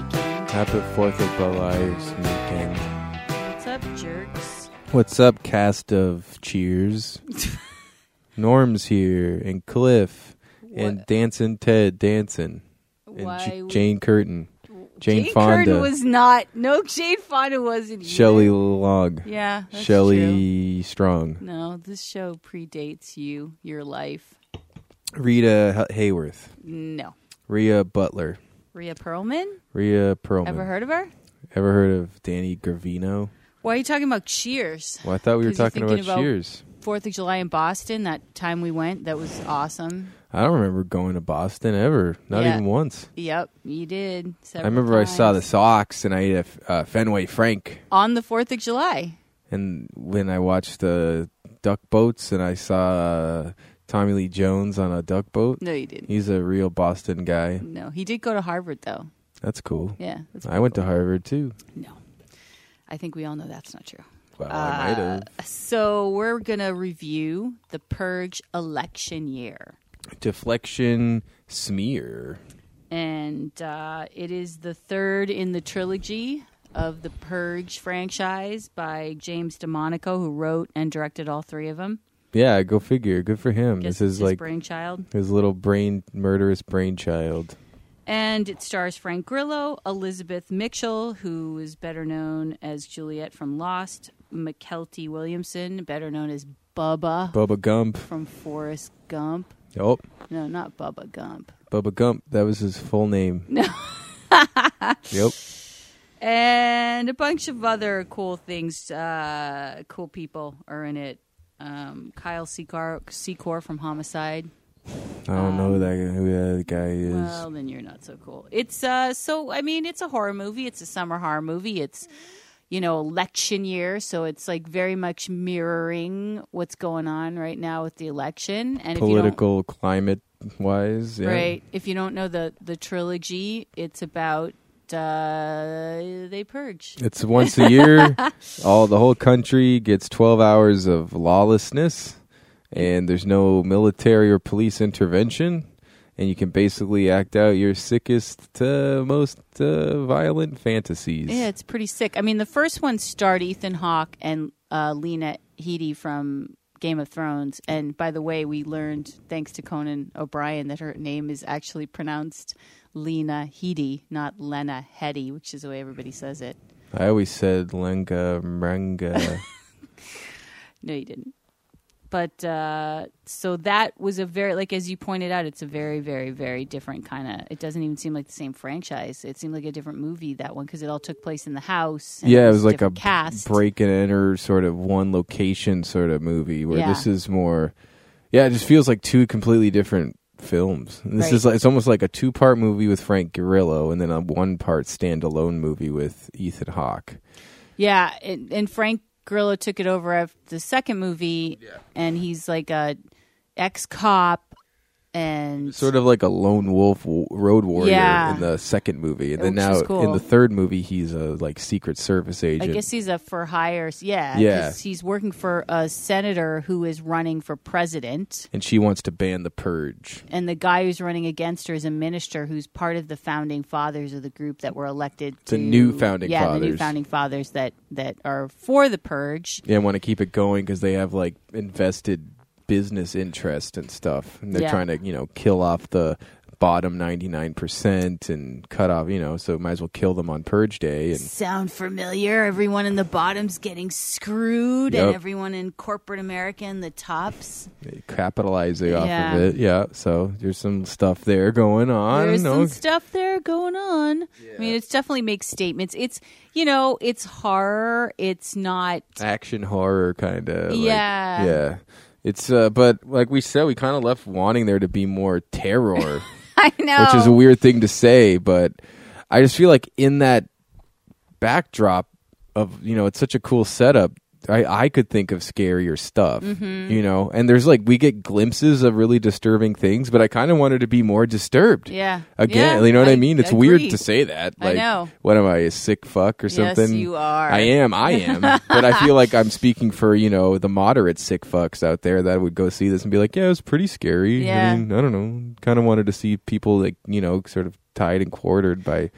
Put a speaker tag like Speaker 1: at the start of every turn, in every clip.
Speaker 1: Happy Fourth of July weekend.
Speaker 2: What's up, jerks?
Speaker 1: What's up, cast of Cheers? Norm's here, and Cliff, and
Speaker 2: What-
Speaker 1: Dancing Ted Dancing, and
Speaker 2: Why?
Speaker 1: J- Jane Curtin, Jane,
Speaker 2: Jane
Speaker 1: Fonda,
Speaker 2: Curtin was not. No, Jane Fonda wasn't. either.
Speaker 1: Shelley Long,
Speaker 2: Yeah. that's true.
Speaker 1: Shelley Strong,
Speaker 2: No, this show predates you, your life.
Speaker 1: Rita H- Hayworth,
Speaker 2: No.
Speaker 1: Rhea Butler,
Speaker 2: Rhea Perlman?
Speaker 1: Rhea Perlman.
Speaker 2: Ever heard of her?
Speaker 1: Ever heard of Danny Gravino?
Speaker 2: Why are you talking about Cheers?
Speaker 1: Well, I thought we were
Speaker 2: 'Cause you're
Speaker 1: talking about,
Speaker 2: thinking about-
Speaker 1: Cheers.
Speaker 2: Fourth of July in Boston, that time we went, that was awesome.
Speaker 1: I don't remember going to Boston ever, not
Speaker 2: Yeah.
Speaker 1: even once.
Speaker 2: Yep, you did.
Speaker 1: I remember I saw the
Speaker 2: this
Speaker 1: Sox and I ate a f- uh, Fenway Frank.
Speaker 2: on the Fourth of July.
Speaker 1: And when I watched the duck boats and I saw uh, Tommy Lee Jones on a duck boat,
Speaker 2: No, you didn't.
Speaker 1: he's a real Boston guy.
Speaker 2: No, he did go to Harvard though.
Speaker 1: That's cool.
Speaker 2: Yeah, that's
Speaker 1: I went to Harvard too.
Speaker 2: no. I think we all know that's not true. Uh,
Speaker 1: Well, I might have.
Speaker 2: So we're gonna review the purge election year,
Speaker 1: Deflection smear.
Speaker 2: and uh, it is the third in the trilogy of the purge franchise by James DeMonico, who wrote and directed all three of them.
Speaker 1: Yeah, go figure. Good for him.
Speaker 2: Guess
Speaker 1: this is
Speaker 2: his
Speaker 1: like
Speaker 2: brainchild,
Speaker 1: his little brain murderous brainchild.
Speaker 2: and it stars Frank Grillo, Elizabeth Mitchell, who is better known as Juliet from Lost, McKelty Williamson, better known as Bubba
Speaker 1: Bubba Gump.
Speaker 2: from Forrest Gump.
Speaker 1: Oh,
Speaker 2: No, not Bubba Gump.
Speaker 1: Bubba Gump. That was his full name. No. yep.
Speaker 2: and a bunch of other cool things. Uh, cool people are in it. Um, Kyle Secor, Secor from Homicide.
Speaker 1: I don't know who that who that guy is.
Speaker 2: Um, Well, then you're not so cool. It's uh, so I mean, it's a horror movie. It's a summer horror movie. It's you know election year, so it's like very much mirroring what's going on right now with the election and if you don't-
Speaker 1: Political climate wise, yeah.
Speaker 2: Right. If you don't know the the trilogy, it's about uh, they purge.
Speaker 1: It's once a year. All the whole country gets twelve hours of lawlessness, and there's no military or police intervention, and you can basically act out your sickest, uh, most uh, violent fantasies.
Speaker 2: Yeah, it's pretty sick. I mean, the first one starred Ethan Hawke and uh, Lena Headey from Game of Thrones. And by the way, we learned thanks to Conan O'Brien that her name is actually pronounced Lena Headey, not Lena Headey, which is the way everybody says it.
Speaker 1: I always said lenga mrenga.
Speaker 2: No, you didn't. But uh, so that was a very like as you pointed out, it's a very very very different kind of. It doesn't even seem like the same franchise. It seemed like a different movie that one because it all took place in the house. and
Speaker 1: yeah, it was like a
Speaker 2: different cast.
Speaker 1: break and enter sort of one location sort of movie where
Speaker 2: Yeah.
Speaker 1: this is more. Yeah, it just feels like two completely different films. And this
Speaker 2: Right.
Speaker 1: is like it's almost like a two part movie with Frank Grillo and then a one part standalone movie with Ethan Hawke.
Speaker 2: Yeah, and, and Frank Grillo took it over after the second movie, and he's like a ex cop, and
Speaker 1: Sort of like a lone wolf w- road warrior
Speaker 2: Yeah.
Speaker 1: in the second movie, and then
Speaker 2: Which
Speaker 1: now
Speaker 2: is cool.
Speaker 1: in the third movie he's a like Secret Service
Speaker 2: I
Speaker 1: agent.
Speaker 2: guess he's a for hire. Yeah,
Speaker 1: Yeah.
Speaker 2: 'cause he's working for a senator who is running for president,
Speaker 1: and she wants to ban the purge.
Speaker 2: and the guy who's running against her is a minister who's part of the founding fathers of the group that were elected. to,
Speaker 1: The new founding
Speaker 2: yeah, the new
Speaker 1: fathers.
Speaker 2: founding fathers that that are for the purge.
Speaker 1: Yeah, want to keep it going because they have like invested business interest and stuff, and they're
Speaker 2: Yeah.
Speaker 1: trying to you know kill off the bottom ninety nine percent and cut off you know so might as well kill them on purge day and
Speaker 2: Sound familiar? Everyone in the bottom's getting screwed,
Speaker 1: Yep.
Speaker 2: and everyone in corporate America in the tops.
Speaker 1: capitalize off
Speaker 2: Yeah.
Speaker 1: of it. Yeah, so there's some stuff there going on.
Speaker 2: There's
Speaker 1: Okay.
Speaker 2: some stuff there going on. I mean, it's definitely makes statements. It's you know, it's horror. It's not.
Speaker 1: action horror kind of.
Speaker 2: Yeah.
Speaker 1: yeah. It's uh, but like we said, we kind of left wanting there to be more terror.
Speaker 2: I know.
Speaker 1: which is a weird thing to say, but I just feel like in that backdrop of you know, it's such a cool setup. I, I could think of scarier stuff,
Speaker 2: Mm-hmm.
Speaker 1: you know, and there's like we get glimpses of really disturbing things, but I kind of wanted to be more disturbed.
Speaker 2: Yeah.
Speaker 1: Again,
Speaker 2: Yeah,
Speaker 1: you know what I,
Speaker 2: I
Speaker 1: mean? It's
Speaker 2: agree.
Speaker 1: weird to say that.
Speaker 2: I
Speaker 1: Like,
Speaker 2: know.
Speaker 1: what am I, a sick fuck or
Speaker 2: Yes,
Speaker 1: something?
Speaker 2: you are.
Speaker 1: I am. I am. but I feel like I'm speaking for you know the moderate sick fucks out there that would go see this and be like, yeah, it was pretty scary.
Speaker 2: Yeah.
Speaker 1: I mean, I don't know. Kind of wanted to see people like you know sort of tied and quartered by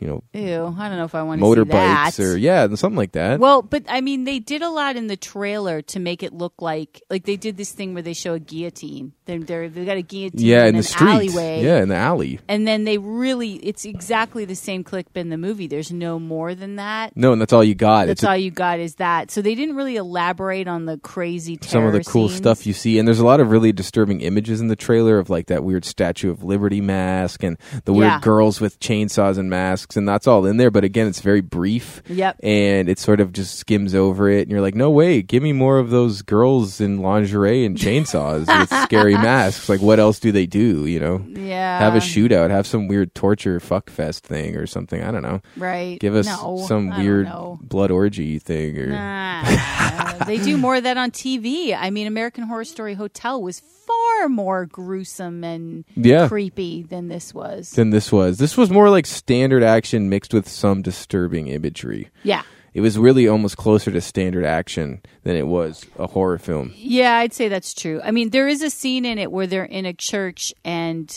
Speaker 1: you know,
Speaker 2: Ew, I don't know if I want to see that.
Speaker 1: motorbikes or yeah, something like that.
Speaker 2: Well, but I mean, they did a lot in the trailer to make it look like like they did this thing where they show a guillotine. They're, they're they got a guillotine. in,
Speaker 1: yeah, in
Speaker 2: an
Speaker 1: the street.
Speaker 2: alleyway.
Speaker 1: Yeah, in the alley.
Speaker 2: And then they really, it's exactly the same clip in the movie. There's no more than that.
Speaker 1: No, and that's all you got.
Speaker 2: That's
Speaker 1: it's a-
Speaker 2: all you got is that. So they didn't really elaborate on the crazy terror
Speaker 1: some of the cool
Speaker 2: scenes.
Speaker 1: stuff you see and there's a lot of really disturbing images in the trailer of like that weird statue of liberty mask and the weird
Speaker 2: Yeah.
Speaker 1: girls with chainsaws and masks and that's all in there but again it's very brief
Speaker 2: Yep.
Speaker 1: and it sort of just skims over it and you're like no way give me more of those girls in lingerie and chainsaws with scary masks like what else do they do you know
Speaker 2: Yeah.
Speaker 1: have a shootout have some weird torture fuck fest thing or something i don't know
Speaker 2: Right.
Speaker 1: give us
Speaker 2: No,
Speaker 1: some
Speaker 2: I don't
Speaker 1: weird
Speaker 2: know.
Speaker 1: blood orgy thing or
Speaker 2: Nah. they do more of that on TV. I mean, American Horror Story Hotel was far more gruesome and
Speaker 1: Yeah.
Speaker 2: creepy than this was.
Speaker 1: than this was. This was more like standard action mixed with some disturbing imagery.
Speaker 2: Yeah.
Speaker 1: It was really almost closer to standard action than it was a horror film.
Speaker 2: Yeah, I'd say that's true. I mean, there is a scene in it where they're in a church and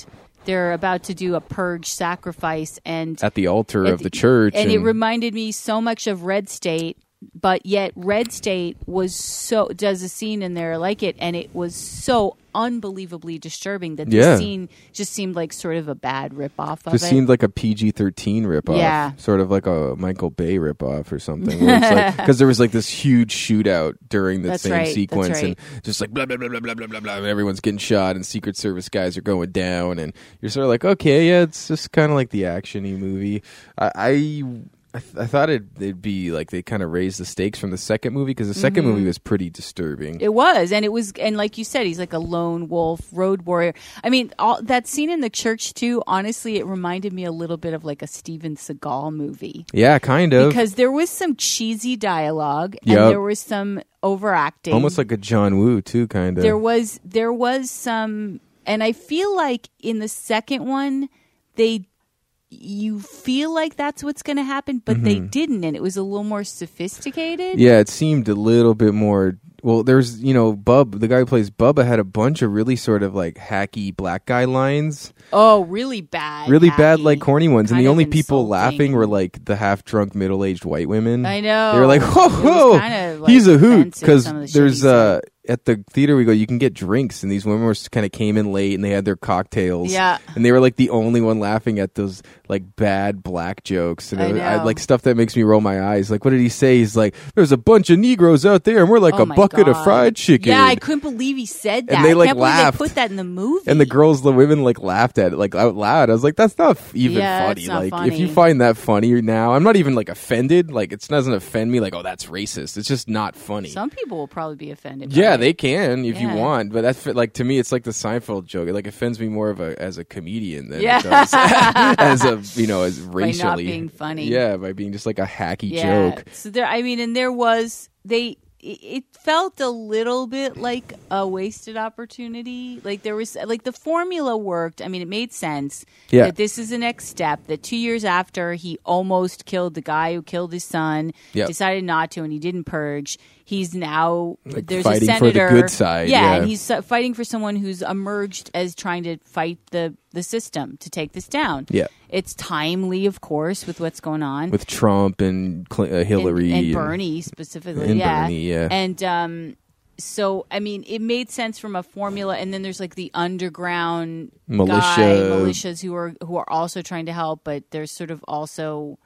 Speaker 2: they're about to do a purge sacrifice and
Speaker 1: At the altar
Speaker 2: At
Speaker 1: of
Speaker 2: the-
Speaker 1: the church,
Speaker 2: and it reminded me so much of Red State, but yet Red State was so does a scene in there like it, and it was so unbelievably disturbing that the
Speaker 1: Yeah.
Speaker 2: scene just seemed like sort of a bad ripoff of
Speaker 1: just
Speaker 2: it.
Speaker 1: seemed like a PG thirteen ripoff,
Speaker 2: Yeah.
Speaker 1: sort of like a Michael Bay ripoff or something. Because there was like this huge shootout during the
Speaker 2: That's
Speaker 1: same
Speaker 2: right, that's
Speaker 1: sequence,
Speaker 2: right.
Speaker 1: and just like blah blah blah blah blah blah blah blah, and everyone's getting shot, and Secret Service guys are going down, and you're sort of like, okay, yeah, it's just kind of like the actiony movie. I. I I, th- I thought it'd, it'd be like they kind of raised the stakes from the second movie because the 2nd movie
Speaker 2: Mm-hmm.
Speaker 1: was pretty disturbing.
Speaker 2: It was, and it was, and like you said, he's like a lone wolf road warrior. I mean, all that scene in the church too. Honestly, it reminded me a little bit of like a Steven Seagal movie.
Speaker 1: yeah, kind of.
Speaker 2: Because there was some cheesy dialogue
Speaker 1: Yep.
Speaker 2: and there was some overacting.
Speaker 1: Almost like a John Woo, too, kind of.
Speaker 2: there was there was some and i feel like in the second one they you feel like that's what's going to happen but they didn't and it was a little more sophisticated
Speaker 1: Mm-hmm. Yeah, it seemed a little bit more. Well, there's you know Bub, the guy who plays Bubba, had a bunch of really sort of like hacky black guy lines,
Speaker 2: oh really bad
Speaker 1: really bad
Speaker 2: hacky,
Speaker 1: like corny ones, and
Speaker 2: kind
Speaker 1: the
Speaker 2: of
Speaker 1: only people
Speaker 2: insulting.
Speaker 1: laughing were like the half drunk middle aged white women.
Speaker 2: I know.
Speaker 1: they were like,
Speaker 2: Oh, It
Speaker 1: "Whoa,
Speaker 2: was
Speaker 1: whoa,
Speaker 2: kind of, like,
Speaker 1: he's a hoot!"
Speaker 2: offensive,
Speaker 1: Because
Speaker 2: some of the shit
Speaker 1: there's
Speaker 2: he said.
Speaker 1: uh at the theater we go, you can get drinks, and these women were kind of came in late and they had their cocktails,
Speaker 2: Yeah.
Speaker 1: and they were like the only one laughing at those like bad black jokes and
Speaker 2: I
Speaker 1: it was- I,
Speaker 2: know.
Speaker 1: like stuff that makes me roll my eyes. Like, what did he say? He's like, "There's a bunch of Negroes out there, and we're like
Speaker 2: Oh
Speaker 1: a
Speaker 2: my
Speaker 1: bucket of
Speaker 2: God.
Speaker 1: fried chicken."
Speaker 2: yeah i couldn't believe he said that
Speaker 1: they,
Speaker 2: I
Speaker 1: like,
Speaker 2: can't believe
Speaker 1: laughed.
Speaker 2: they put that in the movie
Speaker 1: and the girls, the women, like laughed at it, like out loud. I was like, "That's not f- even
Speaker 2: Yeah,
Speaker 1: funny."
Speaker 2: that's not
Speaker 1: like, if
Speaker 2: funny.
Speaker 1: you find that funny now, I'm not even like offended. Like, it doesn't offend me. Like, oh, that's racist. It's just not funny.
Speaker 2: some people will probably be offended by
Speaker 1: Yeah,
Speaker 2: it.
Speaker 1: they can if
Speaker 2: Yeah.
Speaker 1: you want, but that's like to me, it's like the Seinfeld joke. It like offends me more of a as a comedian than
Speaker 2: Yeah.
Speaker 1: it does as a you know as racially
Speaker 2: being funny.
Speaker 1: Yeah, by being just like a hacky joke.
Speaker 2: So there, I mean, and there was they. It it felt a little bit like a wasted opportunity. Like there was, like the formula worked. I mean, it made sense
Speaker 1: Yeah.
Speaker 2: that this is the next step. That two years after he almost killed the guy who killed his son,
Speaker 1: Yep.
Speaker 2: decided not to, and he didn't purge. He's now there's
Speaker 1: fighting
Speaker 2: a
Speaker 1: for the
Speaker 2: senator,
Speaker 1: good side,
Speaker 2: Yeah,
Speaker 1: yeah.
Speaker 2: and he's uh, fighting for someone who's emerged as trying to fight the the system to take this down.
Speaker 1: Yeah.
Speaker 2: it's timely, of course, with what's going on
Speaker 1: With Trump and Cl- uh, Hillary
Speaker 2: and, and Bernie specifically,
Speaker 1: and
Speaker 2: yeah.
Speaker 1: Bernie, yeah.
Speaker 2: And um, so I mean, it made sense from a formula, and then there's like the underground guy,
Speaker 1: Militia.
Speaker 2: militias who are who are also trying to help, but they're sort of also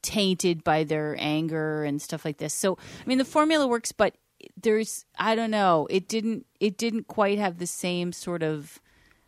Speaker 2: tainted by their anger and stuff like this. So I mean, the formula works, but there's I don't know, it didn't it didn't quite have the same sort of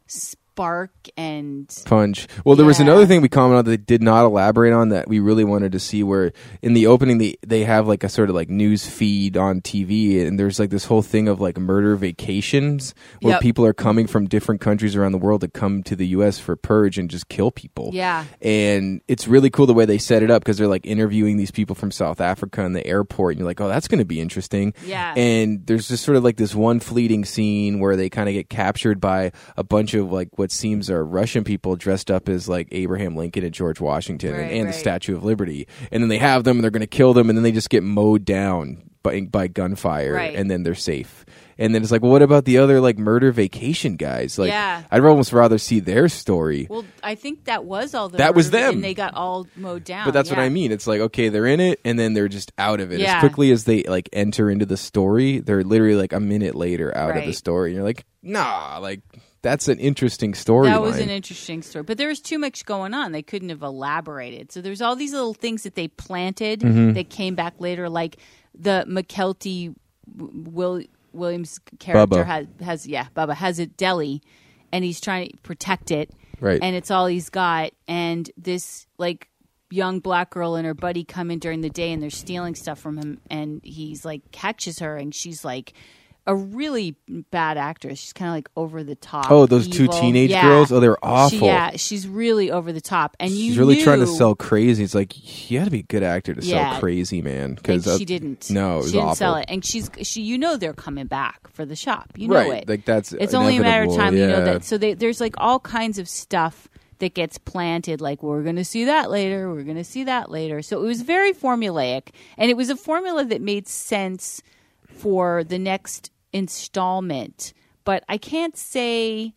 Speaker 2: spark and
Speaker 1: punch. Well, there was
Speaker 2: Yeah.
Speaker 1: another thing we commented on that they did not elaborate on that we really wanted to see. Where in the opening they they have like a sort of like news feed on TV, and there's like this whole thing of like murder vacations where
Speaker 2: Yep.
Speaker 1: people are coming from different countries around the world to come to the U.S. for purge and just kill people.
Speaker 2: Yeah.
Speaker 1: and it's really cool the way they set it up because they're like interviewing these people from South Africa in the airport, and you're like, oh, that's going to be interesting.
Speaker 2: Yeah.
Speaker 1: And and there's just sort of like this one fleeting scene where they kind of get captured by a bunch of like what seems are Russian people dressed up as like Abraham Lincoln and George Washington and,
Speaker 2: Right,
Speaker 1: and the
Speaker 2: right.
Speaker 1: Statue of Liberty, and then they have them and they're going to kill them, and then they just get mowed down by by gunfire,
Speaker 2: Right.
Speaker 1: and then they're safe. And then it's like, well, what about the other like murder vacation guys? Like,
Speaker 2: Yeah.
Speaker 1: I'd almost rather see their story.
Speaker 2: Well, I think that was all the
Speaker 1: That was
Speaker 2: murder,
Speaker 1: them.
Speaker 2: and they got all mowed down.
Speaker 1: but that's what
Speaker 2: Oh, yeah.
Speaker 1: I mean. It's like okay, they're in it, and then they're just out of it as
Speaker 2: Yeah.
Speaker 1: quickly as they like enter into the story. They're literally like a minute later out of the
Speaker 2: Right.
Speaker 1: story, and you're like, nah, like that's an interesting storyline.
Speaker 2: That was an interesting story, but there was too much going on. They couldn't have elaborated. So there's all these little things that they planted
Speaker 1: Mm-hmm.
Speaker 2: that came back later, like the McKelty Will Williams character
Speaker 1: Bubba.
Speaker 2: has, has yeah, Bubba has a deli, and he's trying to protect it,
Speaker 1: Right.
Speaker 2: And it's all he's got, and this like young black girl and her buddy come in during the day and they're stealing stuff from him and he's like catches her and she's like a really bad actress she's kind of like over the top
Speaker 1: Oh, those two
Speaker 2: evil.
Speaker 1: teenage
Speaker 2: Yeah.
Speaker 1: girls? Oh, they were awful.
Speaker 2: She, yeah, she's really over the top, and you
Speaker 1: She's really
Speaker 2: knew-
Speaker 1: trying to sell crazy. It's like you had to be a good actor to
Speaker 2: Yeah.
Speaker 1: sell crazy, man.
Speaker 2: and
Speaker 1: Because
Speaker 2: she didn't.
Speaker 1: No, it was
Speaker 2: she didn't
Speaker 1: awful.
Speaker 2: sell it, and she's she. You know they're coming back for the shop. You know
Speaker 1: right?
Speaker 2: it.
Speaker 1: Like that's
Speaker 2: it's only a matter of time.
Speaker 1: inevitable.
Speaker 2: You know
Speaker 1: Yeah.
Speaker 2: that. So they, there's like all kinds of stuff that gets planted. Like we're going to see that later. We're going to see that later. So it was very formulaic, and it was a formula that made sense for the next installment. But I can't say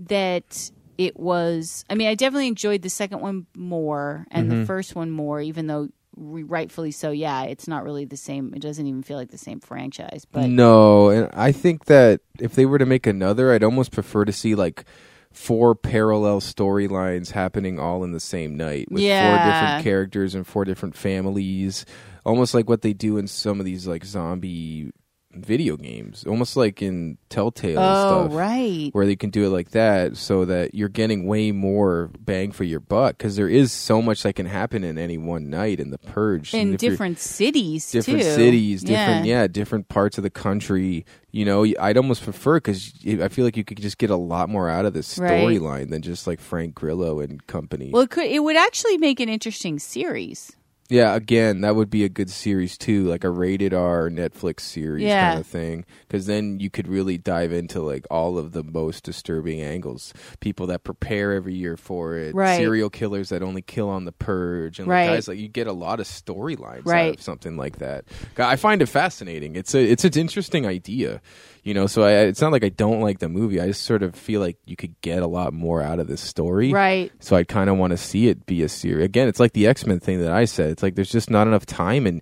Speaker 2: that it was i mean i definitely enjoyed the second one more and
Speaker 1: Mm-hmm.
Speaker 2: the first one more even though re- rightfully so yeah it's not really the same it doesn't even feel like the same franchise but
Speaker 1: no, and I think that if they were to make another, I'd almost prefer to see like four parallel storylines happening all in the same night with four
Speaker 2: Yeah.
Speaker 1: different characters and four different families, almost like what they do in some of these like zombie video games, almost like in Telltale.
Speaker 2: oh
Speaker 1: and stuff.
Speaker 2: right
Speaker 1: where they can do it like that so that you're getting way more bang for your buck because there is so much that can happen in any one night in the purge
Speaker 2: in
Speaker 1: And if you're-
Speaker 2: different cities
Speaker 1: different
Speaker 2: too.
Speaker 1: cities different
Speaker 2: yeah
Speaker 1: yeah. different parts of the country you know i'd almost prefer because i feel like you could just get a lot more out of this
Speaker 2: Right.
Speaker 1: storyline than just like frank grillo and company
Speaker 2: well it could it would actually make an interesting series
Speaker 1: yeah again that would be a good series too like a rated r netflix series
Speaker 2: Yeah.
Speaker 1: kind of thing because then you could really dive into like all of the most disturbing angles people that prepare every year for it
Speaker 2: Right.
Speaker 1: serial killers that only kill on the purge and
Speaker 2: Right.
Speaker 1: like, guys like you get a lot of storylines out
Speaker 2: Right.
Speaker 1: of something like that God, i find it fascinating it's a it's an interesting idea you know so I, it's not like i don't like the movie i just sort of feel like you could get a lot more out of this story
Speaker 2: right
Speaker 1: so I kind of want to see it be a series. Again, it's like the X Men thing that I said. It's like there's just not enough time in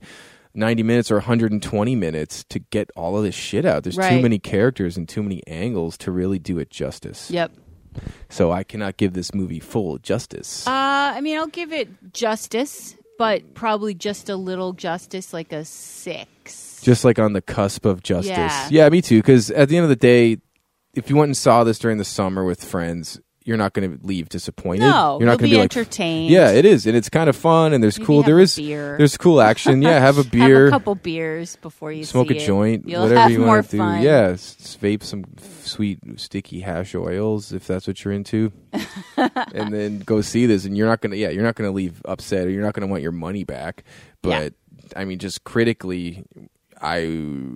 Speaker 1: 90 minutes or 120 minutes to get all of this shit out. There's too
Speaker 2: Right.
Speaker 1: many characters and too many angles to really do it justice.
Speaker 2: yep
Speaker 1: So I cannot give this movie full justice.
Speaker 2: uh i mean i'll give it justice but probably just a little justice like a six
Speaker 1: just like on the cusp of justice.
Speaker 2: Yeah.
Speaker 1: me too. Because at the end of the day, if you went and saw this during the summer with friends, you're not going to leave disappointed.
Speaker 2: No,
Speaker 1: you're not
Speaker 2: you'll
Speaker 1: gonna
Speaker 2: be
Speaker 1: like,
Speaker 2: entertained.
Speaker 1: Yeah, it is, and it's kind of fun, and there's
Speaker 2: Maybe
Speaker 1: cool.
Speaker 2: have
Speaker 1: There
Speaker 2: a
Speaker 1: is
Speaker 2: beer.
Speaker 1: there's cool action. Yeah, have a beer.
Speaker 2: have a couple beers before you
Speaker 1: smoke
Speaker 2: see
Speaker 1: a
Speaker 2: it.
Speaker 1: joint,
Speaker 2: You'll
Speaker 1: whatever
Speaker 2: have
Speaker 1: you
Speaker 2: more
Speaker 1: want to do.
Speaker 2: fun.
Speaker 1: Yeah, s- s- vape some f- sweet sticky hash oils if that's what you're into, and then go see this. And you're not gonna, yeah, you're not gonna leave upset, or you're not gonna want your money back. But I mean, just critically. I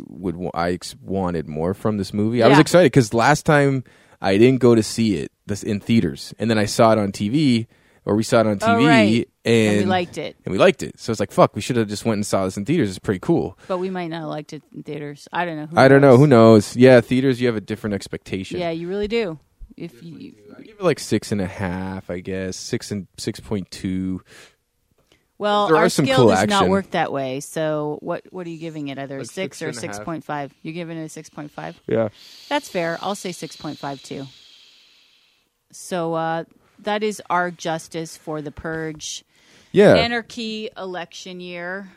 Speaker 1: would. wa- I ex- wanted more from this movie. I was
Speaker 2: Yeah.
Speaker 1: excited because last time I didn't go to see it this, in theaters, and then I saw it on TV, or we saw it on TV,
Speaker 2: Oh, right.
Speaker 1: and,
Speaker 2: and we liked it,
Speaker 1: and we liked it. So it's like, fuck, we should have just went and saw this in theaters. It's pretty cool.
Speaker 2: but we might not have liked it in theaters. I don't know. Who
Speaker 1: I don't know.
Speaker 2: knows?
Speaker 1: Who knows? Yeah, theaters, you have a different expectation.
Speaker 2: Yeah, you really do. If you,
Speaker 1: I give it like six and a half, I guess six and six point two.
Speaker 2: well,
Speaker 1: There
Speaker 2: our
Speaker 1: are some
Speaker 2: scale
Speaker 1: cool
Speaker 2: does not
Speaker 1: action.
Speaker 2: work that way. So what what are you giving it? Either a
Speaker 1: Like
Speaker 2: six,
Speaker 1: six
Speaker 2: or
Speaker 1: and a half.
Speaker 2: six point five? You're giving it a six point five.
Speaker 1: Yeah,
Speaker 2: That's fair. I'll say six point five too. So uh, that is our justice for the purge.
Speaker 1: yeah.
Speaker 2: er anarchy election year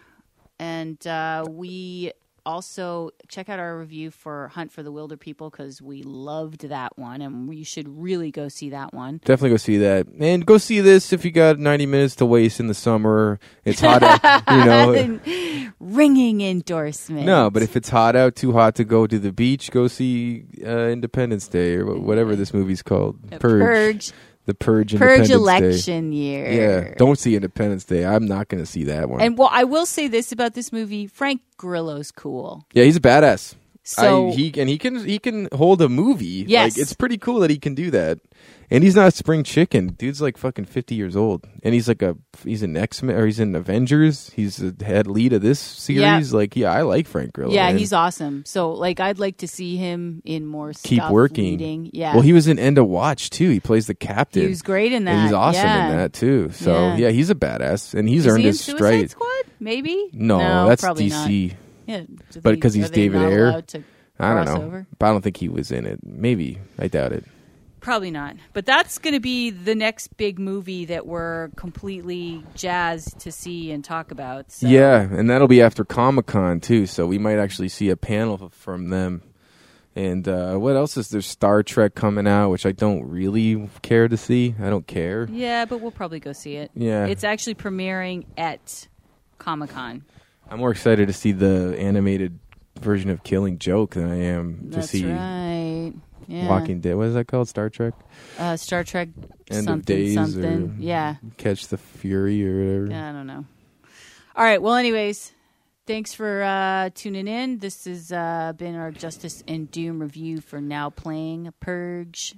Speaker 2: and uh, we also check out our review for hunt for the wilder people because we loved that one and you should really go see that one
Speaker 1: Definitely go see that, and go see this if you got ninety minutes to waste in the summer. It's hot, out, you know.
Speaker 2: ringing endorsement
Speaker 1: Oh, No, but if it's hot out, too hot to go to the beach, go see uh, Independence Day or wh- whatever this movie's called. Purge,
Speaker 2: purge
Speaker 1: the
Speaker 2: purge
Speaker 1: Purge, Independence Day.
Speaker 2: election year
Speaker 1: Yeah, don't see Independence Day. I'm not going to see that one.
Speaker 2: and well i will say this about this movie frank grillo's cool
Speaker 1: yeah, he's a badass.
Speaker 2: So
Speaker 1: I, he and he can he can hold a movie.
Speaker 2: Yes.
Speaker 1: like, it's pretty cool that he can do that. And he's not a spring chicken. Dude's like fucking fifty years old, and he's like a he's an X Men or he's in Avengers. He's the head lead of this series. Like, yeah, I like Frank Grillo.
Speaker 2: yeah,
Speaker 1: man.
Speaker 2: he's awesome. So like I'd like to see him in more
Speaker 1: keep
Speaker 2: stuff,
Speaker 1: working.
Speaker 2: leading. Yeah.
Speaker 1: Well, he was in End of Watch too. He plays the
Speaker 2: He
Speaker 1: captain.
Speaker 2: was great in that.
Speaker 1: And he's awesome
Speaker 2: yeah.
Speaker 1: in that too. So
Speaker 2: Yeah.
Speaker 1: yeah, he's a badass, and he's
Speaker 2: Is
Speaker 1: earned
Speaker 2: he in
Speaker 1: his
Speaker 2: Suicide
Speaker 1: straight.
Speaker 2: Squad? Maybe.
Speaker 1: No, that's
Speaker 2: probably Not.
Speaker 1: DC.
Speaker 2: Yeah, do
Speaker 1: But
Speaker 2: they-
Speaker 1: 'cause he's
Speaker 2: are they
Speaker 1: David
Speaker 2: not
Speaker 1: Ayer,
Speaker 2: allowed to
Speaker 1: I don't
Speaker 2: cross
Speaker 1: know,
Speaker 2: over?
Speaker 1: but I don't think he was in it. Maybe I doubt it.
Speaker 2: Probably not. But that's going to be the next big movie that we're completely jazzed to see and talk about. So.
Speaker 1: Yeah, and that'll be after Comic Con too, so we might actually see a panel f- from them. And uh, what else is there? Star Trek coming out, which I don't really care to see. I don't care.
Speaker 2: Yeah, but we'll probably go see it.
Speaker 1: Yeah.
Speaker 2: It's actually premiering at Comic Con.
Speaker 1: I'm more excited to see the animated version of Killing Joke than I am to
Speaker 2: That's
Speaker 1: see
Speaker 2: right. Yeah.
Speaker 1: Walking Dead. What is that called? Star Trek?
Speaker 2: Uh, Star Trek
Speaker 1: End of
Speaker 2: something
Speaker 1: Days or-
Speaker 2: something. Yeah.
Speaker 1: Catch the Fury or whatever.
Speaker 2: Yeah, I don't know. All right. Well, anyways, thanks for uh, tuning in. This has uh, been our Justice and Doom review for now playing Purge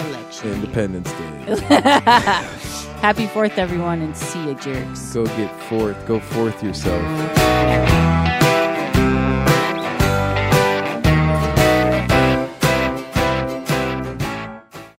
Speaker 2: Election.
Speaker 1: Independence Day.
Speaker 2: Happy Fourth, everyone, and see you, jerks.
Speaker 1: go get forth. Go forth yourself.